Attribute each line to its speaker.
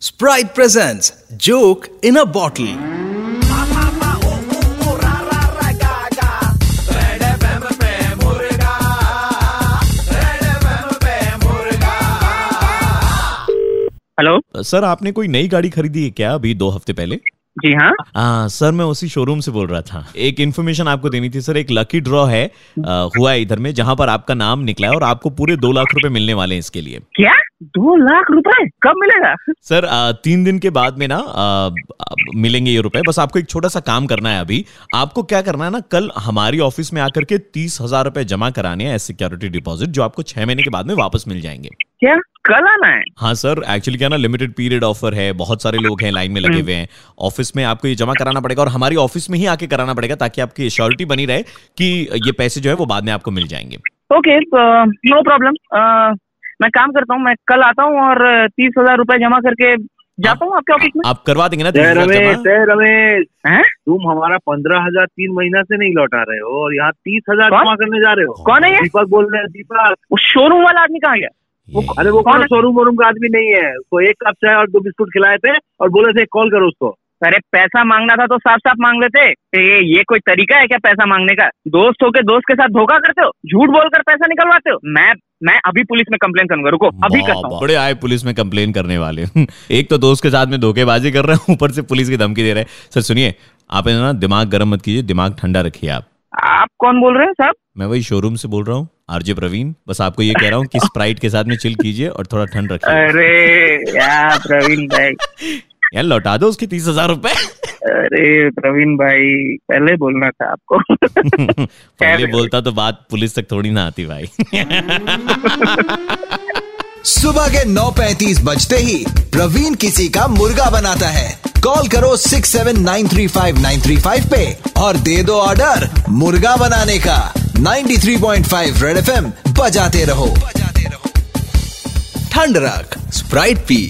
Speaker 1: Sprite presents Joke in a Bottle.
Speaker 2: Hello
Speaker 3: sir आपने कोई नई गाड़ी खरीदी है क्या अभी दो हफ्ते पहले
Speaker 2: जी हाँ
Speaker 3: आ, सर मैं उसी शोरूम से बोल रहा था एक इन्फॉर्मेशन आपको देनी थी सर एक लकी ड्रॉ है आ, हुआ है इधर में जहां पर आपका नाम निकला है और आपको पूरे दो लाख रुपए मिलने वाले हैं इसके लिए
Speaker 2: क्या दो लाख रुपए कब मिलेगा
Speaker 3: सर आ, तीन दिन के बाद में ना आ, आ, मिलेंगे ये रुपए बस आपको एक छोटा सा काम करना है अभी आपको क्या करना है ना कल हमारी ऑफिस में आकर के तीस हजार रुपए जमा कराने हैं एज सिक्योरिटी डिपॉजिट जो आपको छह महीने के बाद में वापस मिल जाएंगे
Speaker 2: क्या कल आना है
Speaker 3: हाँ सर एक्चुअली क्या ना लिमिटेड पीरियड ऑफर है बहुत सारे लोग हैं लाइन में लगे हुए हैं ऑफिस में आपको ये जमा कराना पड़ेगा और हमारी ऑफिस में ही आके कराना पड़ेगा ताकि आपकी श्योरिटी बनी रहे कि ये पैसे जो है वो बाद में आपको मिल जाएंगे
Speaker 2: ओके तो, नो प्रॉब्लम मैं काम करता हूँ मैं कल आता हूँ और तीस हजार रूपए जमा करके जाता हूँ आपके ऑफिस में
Speaker 3: आप करवा देंगे ना
Speaker 4: जय
Speaker 3: 30,000
Speaker 4: रमेश
Speaker 3: जमा?
Speaker 4: जय रमेश
Speaker 2: हैं?
Speaker 4: तुम हमारा पंद्रह हजार तीन महीना से नहीं लौटा रहे हो और यहाँ तीस हजार
Speaker 2: कौन?
Speaker 4: जमा करने जा रहे हो
Speaker 2: कौन है ये?
Speaker 4: दीपक बोल रहे हैं दीपक
Speaker 2: वो शोरूम वाला आदमी कहाँ गया
Speaker 3: ये-
Speaker 4: अरे वो
Speaker 2: कौन
Speaker 4: कौन
Speaker 2: है?
Speaker 4: शोरूम वोरूम का आदमी नहीं है उसको एक कप चाय और दो बिस्कुट खिलाए थे और बोले थे कॉल करो उसको
Speaker 2: तो अरे पैसा मांगना था तो साफ साफ मांग लेते तो ये ये कोई तरीका है क्या पैसा मांगने का दोस्त होके दोस्त के साथ धोखा करते हो झूठ बोलकर पैसा निकलवाते हो मैं मैं अभी पुलिस में कंप्लेन करूंगा रुको अभी
Speaker 3: वाह,
Speaker 2: करता हूँ
Speaker 3: बड़े आए पुलिस में कंप्लेन करने वाले एक तो दोस्त के साथ में धोखेबाजी कर रहे हैं ऊपर से पुलिस की धमकी दे रहे हैं सर सुनिए आप है ना दिमाग गर्म मत कीजिए दिमाग ठंडा रखिए आप
Speaker 2: आप कौन बोल रहे हैं साहब
Speaker 3: मैं वही शोरूम से बोल रहा हूँ आरजे प्रवीण बस आपको ये कह रहा हूँ कि स्प्राइट के साथ में चिल कीजिए और थोड़ा ठंड रखिए
Speaker 2: अरे यार प्रवीण भाई
Speaker 3: यार लौटा दो उसके तीस हजार रुपए
Speaker 2: अरे प्रवीण भाई पहले बोलना था आपको
Speaker 3: पहले बोलता तो बात पुलिस तक थोड़ी ना आती भाई
Speaker 1: सुबह के 9:35 बजते ही प्रवीण किसी का मुर्गा बनाता है कॉल करो 6793593 पे और दे दो ऑर्डर मुर्गा बनाने का 93.5 रेड एफएम बजाते रहो ठंड रख स्प्राइट पी